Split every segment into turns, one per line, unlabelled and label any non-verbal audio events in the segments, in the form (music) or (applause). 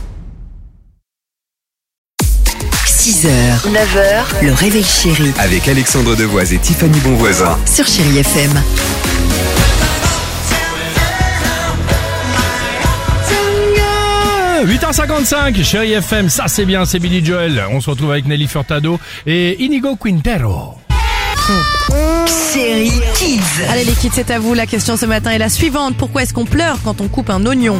6h, 9h, le réveil chéri
Avec Alexandre Devoise et Tiffany Bonvoisin.
sur Chéri FM.
Ah, 8h55, chérie FM, ça c'est bien, c'est Billy Joel. On se retrouve avec Nelly Furtado et Inigo Quintero.
Chéri Kids.
Allez les kids, c'est à vous. La question ce matin est la suivante. Pourquoi est-ce qu'on pleure quand on coupe un
Ah
oignon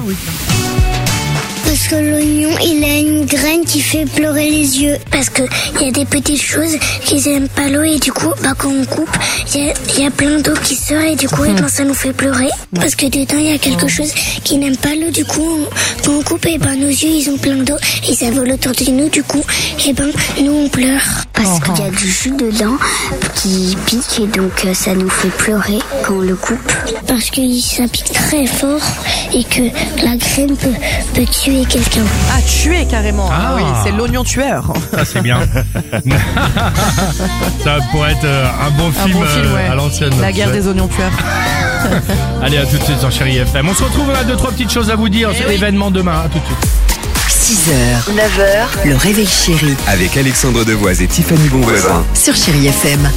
Parce que l'oignon, il a une graine qui fait pleurer les yeux. Parce que il y a des petites choses qu'ils aiment pas l'eau et du coup, bah, quand on coupe, il y a, il y a plein d'eau qui sort et du coup, eh ben, ça nous fait pleurer. Parce que dedans, il y a quelque chose qui n'aime pas l'eau. Du coup, on- quand on coupe, et ben, nos yeux, ils ont plein d'eau et ça vole autour de nous. Du coup, et ben, nous, on pleure. Parce qu'il y a du jus dedans qui pique et donc euh, ça nous fait pleurer quand on le coupe. Parce que ça pique très fort et que la graine peut, peut tuer quelqu'un.
Ah, tuer carrément. Ah,
Ah.
oui, c'est l'oignon tueur.
Ça c'est bien. (laughs) ça pourrait être euh, un bon
Un
film,
bon film,
euh,
ouais.
à l'ancienne.
La guerre des oignons tueurs.
Allez, à tout de suite sur Chérie FM. On se retrouve, on a deux, trois petites choses à vous dire.
Eh
C'est l'événement demain, à tout de suite.
6h, 9h, le réveil chéri
Avec Alexandre Devoise et Tiffany Bonvoisin.
sur Chéri FM.